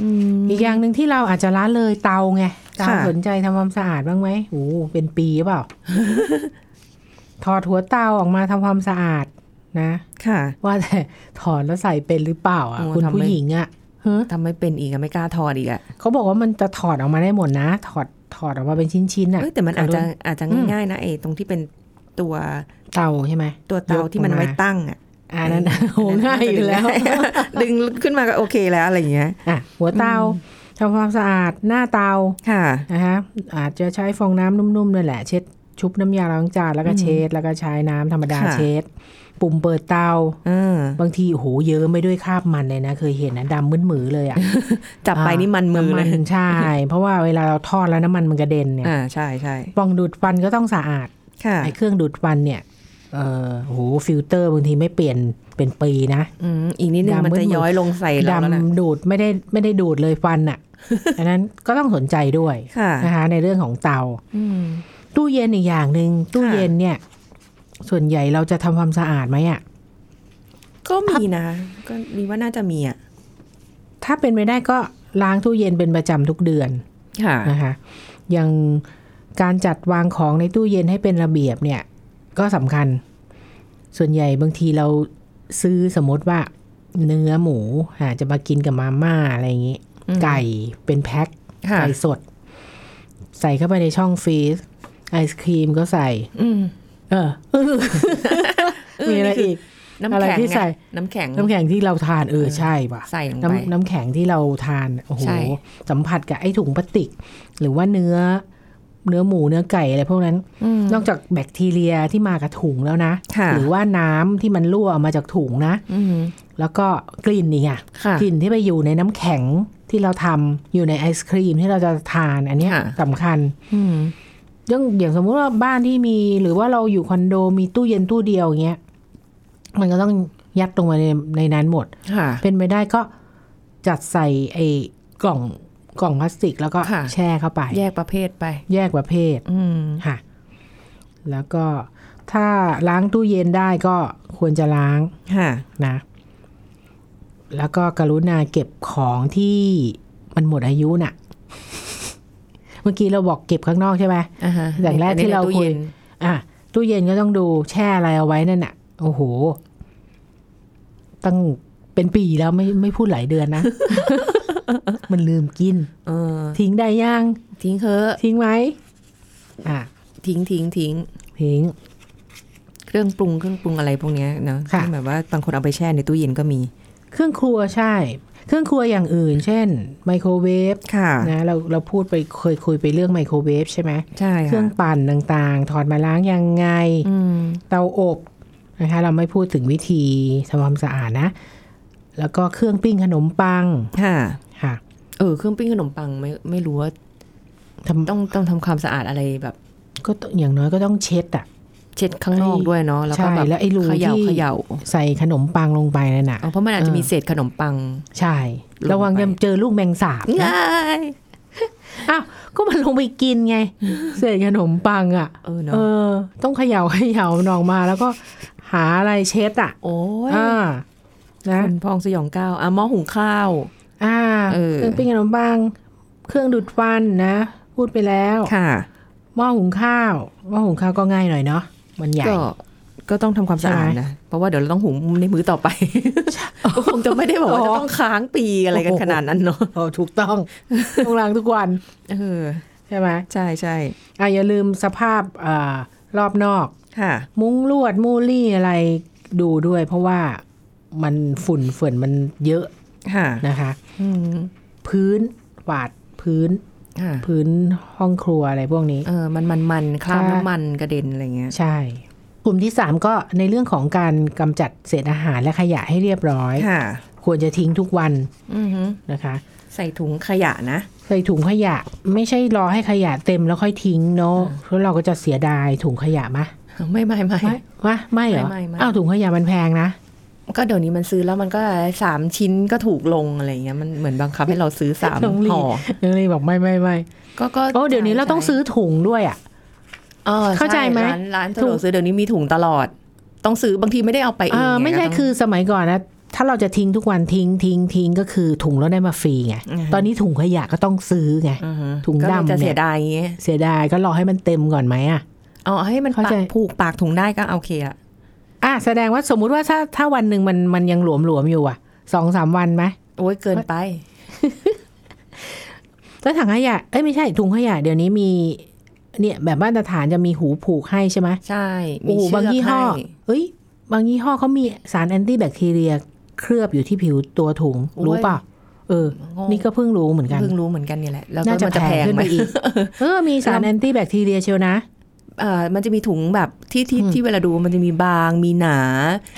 [SPEAKER 2] อืม
[SPEAKER 3] อีกอย่างหนึ่งที่เราอาจจะละเลยเตาไงเตา
[SPEAKER 2] ค่ะ
[SPEAKER 3] สนใจทำความสะอาดบ้างไหมโอ้โหเป็นปีหรื อเปล่า ถอดหัวเตาออกมาทำความสะอาดนะ
[SPEAKER 2] ค่ะ
[SPEAKER 3] ว่าแต่ถอนแล้วใส่เป็นหรือเปล่าอ่ะ
[SPEAKER 2] โอ้
[SPEAKER 3] คุณ
[SPEAKER 2] ทำไม่
[SPEAKER 3] ผู้หญิงอ่ะฮะ
[SPEAKER 2] ทำไม่เป็นอีกอะไม่กล้าทอดอีกอะ
[SPEAKER 3] เขาบอกว่ามันจะถอดออกมาได้หมดนะ ถอดถอดออกมาเป็นชิ้นๆอ่ะ
[SPEAKER 2] เอ้ยแต่มันอาจจะ
[SPEAKER 3] อรุณ
[SPEAKER 2] อาจจะง่ายๆนะไอ้ตรงที่เป็นตัว
[SPEAKER 3] เตาใช่ไหม
[SPEAKER 2] ตัวเตาที่มันไว้ตั้งอะ
[SPEAKER 3] อ่านั่น น่ะโหง่ายอยู่แล้ว
[SPEAKER 2] ดึง ขึ้นมาก็โอเคแล้วอะไรอย่างเงี้ย
[SPEAKER 3] อ่ะหัวเตาทำความสะอาดหน้าเตา
[SPEAKER 2] ค่ะ
[SPEAKER 3] นะคะอาจจะใช้ฟองน้ำนุ่มๆนั่นแหละเช็ดชุบน้ำยาล้างจานแล้วก็เช็ดแล้วก็ใช้น้ำธรรมดา
[SPEAKER 2] ค่ะ
[SPEAKER 3] เช็ด ปุ่มเปิดเตา
[SPEAKER 2] อ่า
[SPEAKER 3] บางทีโอ้โหเยิ้มไม่ด้วยคราบมันเลยนะ เคยเห็นนะดำมึนหมือเลย อ่ะ
[SPEAKER 2] จับไป
[SPEAKER 3] อ่า
[SPEAKER 2] นี่มันมือเล
[SPEAKER 3] น้ำ
[SPEAKER 2] ย
[SPEAKER 3] นใช่ เพราะว่าเวลาเราทอดแล้วน้ำมันมันกระเด็นเนี่ย
[SPEAKER 2] อ่าใช่ใช่
[SPEAKER 3] ปล่องดูดฟันก็ต้องสะอาด
[SPEAKER 2] ค่ะ
[SPEAKER 3] ไอ้เครื่องดูดฟันเนี่ยเออโหฟิลเตอร์บางทีไม่เปลี่ยนเป็นปีนะ
[SPEAKER 2] อืมอีกนิดนึง
[SPEAKER 3] ดำ
[SPEAKER 2] มัน
[SPEAKER 3] มื
[SPEAKER 2] จะ
[SPEAKER 3] ดๆ
[SPEAKER 2] ย้อยลงใส่เราแล้วนะ
[SPEAKER 3] ดำดูดไม่ได้ไม่ได้ดูดเลยฟัน อะ่ะ อันนั้นก็ต้องสนใจด้วย
[SPEAKER 2] ค่ะ
[SPEAKER 3] นะคะในเรื่องของเตา
[SPEAKER 2] อืม
[SPEAKER 3] ตู้เย็นอีกอย่างหนึ่งตู้
[SPEAKER 2] ค่ะ
[SPEAKER 3] เย็นเนี่ย ส่วนใหญ่เราจะทำความสะอาดไหมอะ่ะ
[SPEAKER 2] ก็มีนะ ก็ดีว่าน่าจะมีอ่ะ
[SPEAKER 3] ถ้าเป็นไปได้ก็ล้างตู้เย็นเป็นประจำทุกเดือน
[SPEAKER 2] ค่ะ
[SPEAKER 3] นะคะอย่าง การจัดวางของในตู้เย็นให้เป็นระเบียบเนี่ยก็สำคัญ ส่วนใหญ่บางทีเราซื้อสมมติว่าเนื้อหมูอาจจะมากินกับมาม่าอะไรอย่างนี้
[SPEAKER 2] อืม
[SPEAKER 3] ไก่เป็นแพ็ค
[SPEAKER 2] ค่ะ
[SPEAKER 3] ไก่สด ใส่เข้าไปในช่องฟรีซไอศครีมก็ใส่
[SPEAKER 2] อืม
[SPEAKER 3] เอ อ มีอะไรอีก
[SPEAKER 2] น้ำ
[SPEAKER 3] อะไร
[SPEAKER 2] แข็ง
[SPEAKER 3] ที่ใส่
[SPEAKER 2] ไงน้ำแข็ง
[SPEAKER 3] น้ำแข็งที่เราทานเออใช่ป่ะ
[SPEAKER 2] ใส่ลงไป
[SPEAKER 3] น้ำน้ำแข็งที่เราทานโอ้โห
[SPEAKER 2] ใช่
[SPEAKER 3] สัมผัสกับไอ้ถุงพลาสติก หรือว่าเนื้อ เนื้อหมูเนื้อไก่อะไรพวกนั้น
[SPEAKER 2] อืม
[SPEAKER 3] นอกจากแบคทีเรียที่มากับถุงแล้วนะ
[SPEAKER 2] ค่ะ
[SPEAKER 3] หรือว่าน้ำที่มันรั่วออกมาจากถุงนะ
[SPEAKER 2] อืม
[SPEAKER 3] แล้วก็กลิ่นนี่ไง
[SPEAKER 2] ค่ะ
[SPEAKER 3] กลิ่นที่ไปอยู่ในน้ำแข็งที่เราทำอยู่ในไอศครีมที่เราจะทานอันเนี้ย
[SPEAKER 2] ค่ะ
[SPEAKER 3] สำคัญ
[SPEAKER 2] อืม
[SPEAKER 3] เรื่องอย่างสมมุติว่าบ้านที่มี หรือว่าเราอยู่คอนโดมีตู้เย็นตู้เดียวอย่างเงี้ยมันก็ต้องยัดลงไปในในนั้นหมด
[SPEAKER 2] ค่ะ
[SPEAKER 3] เป็นไปได้ก็จัดใส่ไอ้กล่องกล่องพลาสติก แล้วก็
[SPEAKER 2] ค่ะ
[SPEAKER 3] แช่เข้าไป
[SPEAKER 2] แยกประเภทไป
[SPEAKER 3] แยกประเภท
[SPEAKER 2] อืม
[SPEAKER 3] ค่ะ แล้วก็ถ้าล้างตู้เย็นได้ก็ควรจะล้าง
[SPEAKER 2] ค่ะ
[SPEAKER 3] นะ แล้วก็กรุณาเก็บของที่มันหมดอายุน่ะ เมื่อกี้เราบอกเก็บข้างนอกใช่ไหม
[SPEAKER 2] อ่าฮะ
[SPEAKER 3] อย่างแรกที่เรา
[SPEAKER 2] ในตู้
[SPEAKER 3] คุย
[SPEAKER 2] ย็น
[SPEAKER 3] อ่ะตู้เย็นก็ต้องดูแช่อะไรเอาไว้นั่นน่ะ โอ้โห ตั้งเป็นปีแล้วไม่ไม่พูดหลายเดือนนะ มันลืมกิน
[SPEAKER 2] เออ
[SPEAKER 3] ทิ้งได้ยัง
[SPEAKER 2] ทิ้งเถอะ
[SPEAKER 3] ทิ้งไหมอ่ะ
[SPEAKER 2] ทิ้งทิ้งทิ้ง
[SPEAKER 3] ทิ้ง
[SPEAKER 2] เครื่องปรุงเครื่องปรุงอะไรพวกเนี้ยเนาะ
[SPEAKER 3] ค่ะ
[SPEAKER 2] ที่แบบว่าบางคนเอาไปแช่ในตู้เย็นก็มี
[SPEAKER 3] เครื่องครัวใช่ เครื่องครัวอย่างอื่น เช่น ไมโครเวฟ
[SPEAKER 2] ค่ะ
[SPEAKER 3] นะเราเราพูดไปเคยคุยไปเรื่องไมโครเวฟใช่ไหม
[SPEAKER 2] ใช่
[SPEAKER 3] เค
[SPEAKER 2] ค่ะ
[SPEAKER 3] รื่องปั่นต่างๆ ถอดมาล้างยังไง
[SPEAKER 2] อืม
[SPEAKER 3] เตาอบนะคะเราไม่พูดถึงวิธีทำความสะอาดนะ แล้วก็เครื่องปิ้งขนมปัง
[SPEAKER 2] ค่ะ
[SPEAKER 3] ค่ะ
[SPEAKER 2] เออ เครื่องปิ้งขนมปังไม่ไม่รู้ว่า
[SPEAKER 3] ทำ
[SPEAKER 2] ต้องต้องทำความสะอาดอะไรแบบ
[SPEAKER 3] ก็ต้องอย่างน้อยก็ต้องเช็ดอ่ะ
[SPEAKER 2] เช็ดข้างนอก
[SPEAKER 3] ไอ้
[SPEAKER 2] ด้วยเนาะแล้วก็
[SPEAKER 3] ใช่
[SPEAKER 2] แบบ
[SPEAKER 3] แล้วไอ้รู
[SPEAKER 2] เขย่า
[SPEAKER 3] ที่
[SPEAKER 2] เขย่า
[SPEAKER 3] ใส่ขนมปังลงไปนั่นน่ะ
[SPEAKER 2] เอาเพราะมันอาจจะ
[SPEAKER 3] เออ
[SPEAKER 2] มีเศษขนมปัง
[SPEAKER 3] ใช่
[SPEAKER 2] ลงไป
[SPEAKER 3] ระวังจะเจอลูกแมงสาบนะ
[SPEAKER 2] ง่าย
[SPEAKER 3] อ้าวก็มันลงไปกินไง เศษขนมปังอ่ะ
[SPEAKER 2] เออ
[SPEAKER 3] เอ
[SPEAKER 2] เนาะ
[SPEAKER 3] อ ต้องเขย่าเขย่ามันออกมาแล้วก็หาอะไรเช็ดอ่ะ
[SPEAKER 2] โอ้ย
[SPEAKER 3] อ่านะ
[SPEAKER 2] คุณพองสยองก้าวอ่ะหม้อหุงข้าว
[SPEAKER 3] อ่า
[SPEAKER 2] เออ
[SPEAKER 3] เครื่องปิ้งขนมปังเครื่องดูดฟันนะ พูดไปแล้ว
[SPEAKER 2] ค่ะ
[SPEAKER 3] หม้อหุงข้าวหม้อหุงข้าวก็ง่ายหน่อยเนาะมันใหญ่
[SPEAKER 2] ก็ก็ต้องทำความสะอาด
[SPEAKER 3] ใช่ไหม
[SPEAKER 2] นะ เพราะว่าเดี๋ยวเราต้องหุงในมื้อต่อไป ก็ คงจะไม่ได้บอกว่า
[SPEAKER 3] อ๋อ
[SPEAKER 2] จะต้องค้างปีอะไรกันขนาดนั้นเนาะ
[SPEAKER 3] โอ้ถูก ต้อง ต้องล้างทุกวัน
[SPEAKER 2] เออ
[SPEAKER 3] ใช่ไหม
[SPEAKER 2] ใช่ใช่
[SPEAKER 3] อ่ะอย่าลืมสภาพอารอบนอก
[SPEAKER 2] ค่ะ
[SPEAKER 3] มุ้งลวดมูลี่อะไรดูด้วย เพราะว่ามันฝุ่นเฝุ่นมันเยอะ
[SPEAKER 2] ค่ะ
[SPEAKER 3] นะคะ
[SPEAKER 2] อืม
[SPEAKER 3] พื้นกวาดพื้น
[SPEAKER 2] ค่ะ
[SPEAKER 3] พื้นห้องครัวอะไรพวกนี้
[SPEAKER 2] เออมันมันมันคราบ
[SPEAKER 3] ใช่
[SPEAKER 2] น้ำมันกระเด็นอะไรเงี้ย
[SPEAKER 3] ใช่ กลุ่มที่ 3 ก็ในเรื่องของการกำจัดเศษอาหารและขยะให้เรียบร้อย
[SPEAKER 2] ค่ะ
[SPEAKER 3] ควรจะทิ้งทุกวัน
[SPEAKER 2] อือหือ
[SPEAKER 3] นะคะ
[SPEAKER 2] ใส่ถุงขยะนะ
[SPEAKER 3] ใส่ถุงขยะไม่ใช่รอให้ขยะเต็มแล้วค่อยทิ้งเนาะเพราะเราก็จะเสียดายถุงขยะมะ
[SPEAKER 2] ไม่ไม่ไม่
[SPEAKER 3] ไม่มะไม่เหรอ
[SPEAKER 2] ไม่ไม่ไม่
[SPEAKER 3] อ้าวถุงขยะมันแพงนะ
[SPEAKER 2] ก็เดี๋ยวนี้มันซื้อแล้วมันก็สามชิ้นก็ถูกลงอะไรเงี้ยมันเหมือนบังคับให้เราซื้อสาม
[SPEAKER 3] น้องลี
[SPEAKER 2] ห่อ
[SPEAKER 3] น้องลีบอกไม่ไม่ไม่
[SPEAKER 2] ก็ก็
[SPEAKER 3] โอ้เดี๋ยวนี้เราต้องซื้อถุงด้วยอ่ะ
[SPEAKER 2] ออ
[SPEAKER 3] เข้าใจไหม
[SPEAKER 2] ร้านร้านสะดว
[SPEAKER 3] ถู
[SPEAKER 2] ก
[SPEAKER 3] ก
[SPEAKER 2] ซื้อเดี๋ยวนี้มีถุงตลอด ต้องซื้อบางทีไม่ได้เอาไปเอ
[SPEAKER 3] เอง อ
[SPEAKER 2] เงี้ย
[SPEAKER 3] ไม่ใช่
[SPEAKER 2] ก็ต้ง
[SPEAKER 3] คือสมัยก่อนนะถ้าเราจะทิ้งทุกวันทิ้งทิ้งทิ้งก็คือถุงเราได้มาฟรีไง
[SPEAKER 2] อืม
[SPEAKER 3] ตอนนี้ถุงขยะก็ต้องซื้อไง
[SPEAKER 2] อฮึ
[SPEAKER 3] ถุงดำ
[SPEAKER 2] ก็เลยจะ
[SPEAKER 3] เนี่ย
[SPEAKER 2] เสียดายอย่างเงี้ย
[SPEAKER 3] เสียดายก็รอให้มันเต็มก่อนไหมอ่ะ
[SPEAKER 2] อ๋อให้มัน
[SPEAKER 3] เข้า
[SPEAKER 2] ปา
[SPEAKER 3] ใจ
[SPEAKER 2] กผูกปากถุงได้ก็โอเคละ
[SPEAKER 3] อ่ะแสดงว่าสมมุติว่าถ้าถ้าวันหนึ่งมันมันยังหลวมหลวมๆอยู่อ่ะสองสามวันไหม
[SPEAKER 2] โอ้ยเกินไป
[SPEAKER 3] แล้วถังขยะ เอ้ยไม่ใช่ถุงขยะเดี๋ยวนี้มี เนี่ยแบบมาตรฐานจะมีหูผูกให้ใช่ไหม
[SPEAKER 2] ใช่มี
[SPEAKER 3] โอ้
[SPEAKER 2] เชือก
[SPEAKER 3] โหบางยี่ห้อ
[SPEAKER 2] ใ
[SPEAKER 3] เอ้ย บางยี่ห้อเขามีสารแอนตี้แบคทีเรีย เคลือบอยู่ที่ผิวตัวถุง
[SPEAKER 2] โอ้ย
[SPEAKER 3] รู้ป่ะ เออ
[SPEAKER 2] โง่
[SPEAKER 3] นี่ก็เพิ่งรู้เหมือนกัน
[SPEAKER 2] เพิ่งรู้เหมือนกันเนี่ยแหละแล้วก็
[SPEAKER 3] น่าจะ
[SPEAKER 2] มัน
[SPEAKER 3] แพ
[SPEAKER 2] จะแพ
[SPEAKER 3] ง
[SPEAKER 2] ง
[SPEAKER 3] ขึ้น
[SPEAKER 2] ไหม
[SPEAKER 3] ไปอีก เออ มีสาร
[SPEAKER 2] แล้ว
[SPEAKER 3] แอนตี้แบคทีเรียเชียวนะ
[SPEAKER 2] เอ่อมันจะมีถุงแบบที่ที่
[SPEAKER 3] อืม
[SPEAKER 2] ที่เวลาดูมันจะมีบางมีหนา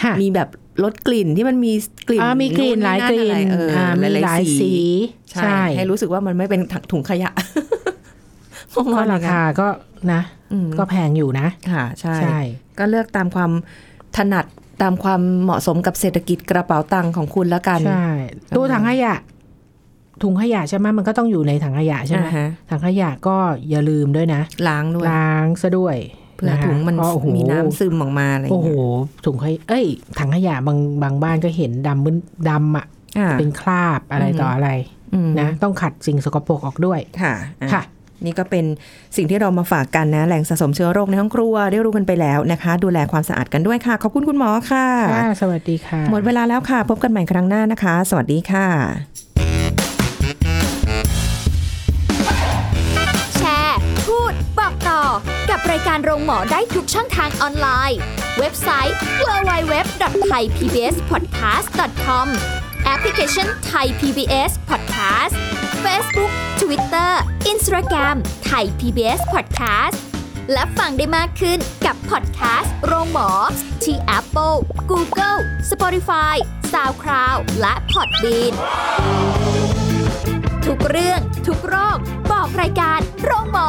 [SPEAKER 3] ค่ะ
[SPEAKER 2] มีแบบลดกลิ่นที่มันมีกลิ่น
[SPEAKER 3] อ่ามีกลิ่นหลายกลิ่น
[SPEAKER 2] อะไรเออ
[SPEAKER 3] อ่ามีหลายสี
[SPEAKER 2] ใช่ ให้รู้สึกว่ามันไม่เป็นถังถุงขยะ
[SPEAKER 3] ก็ราคาก็นะ
[SPEAKER 2] อืม
[SPEAKER 3] ก็แพงอยู่นะ
[SPEAKER 2] ค่ะ ใช่
[SPEAKER 3] ใช่
[SPEAKER 2] ก็เลือกตามความถนัดตามความเหมาะสมกับเศรษฐกิจกระเป๋าตังค์ของคุณแล้วกัน
[SPEAKER 3] ใช่
[SPEAKER 2] เออ
[SPEAKER 3] ตัวถังขยะ ถุงขยะใช่ไหมมันก็ต้องอยู่ในถังขยะใช่ไหม
[SPEAKER 2] อ่าฮะ
[SPEAKER 3] ถังขยะก็อย่าลืมด้วยนะ
[SPEAKER 2] ล้างด้วย
[SPEAKER 3] ล้างซะด้วย
[SPEAKER 2] เพื่อถุงมัน
[SPEAKER 3] นะคะเพราะโอ้โห
[SPEAKER 2] มีน้ำซึมออกมาอะไรอย่า
[SPEAKER 3] โอ้
[SPEAKER 2] ง
[SPEAKER 3] โห
[SPEAKER 2] เงี้ย
[SPEAKER 3] ถุงขยะเอ้ย ถังขยะบางบางบ้านก็เห็นดำมึนดำอ่ะ
[SPEAKER 2] อ่า
[SPEAKER 3] เป็นคราบอะไรต่ออะไร
[SPEAKER 2] อืม
[SPEAKER 3] นะ ต้องขัดสิ่งสกปรกออกด้วย
[SPEAKER 2] ค่ะอ่า
[SPEAKER 3] ค่ะ
[SPEAKER 2] นี่ก็เป็นสิ่งที่เรามาฝากกันนะ แหล่งสะสมเชื้อโรคในห้องครัวได้รู้กันไปแล้วนะคะ ดูแลความสะอาดกันด้วยค่ะ ขอบคุณคุณหมอค่ะ
[SPEAKER 3] ค่ะสวัสดีค่ะ
[SPEAKER 2] หมดเวลาแล้วค่ะ พบกันใหม่ครั้งหน้านะคะ สวัสดีค่ะ
[SPEAKER 1] แชร์ พูด บอกต่อ กับรายการโรงหมอได้ทุกช่องทางออนไลน์ เว็บไซต์ www.thaipbspodcast.com แอปพลิเคชัน Thai PBS Podcast Facebook Twitter Instagram Thai PBS Podcast และฟังได้มากขึ้นกับพอดแคสต์โรงหมอ ที่ Apple, Google, Spotify, SoundCloud และ Podbean ทุกเรื่องทุกโรค บอกรายการโรงหมอ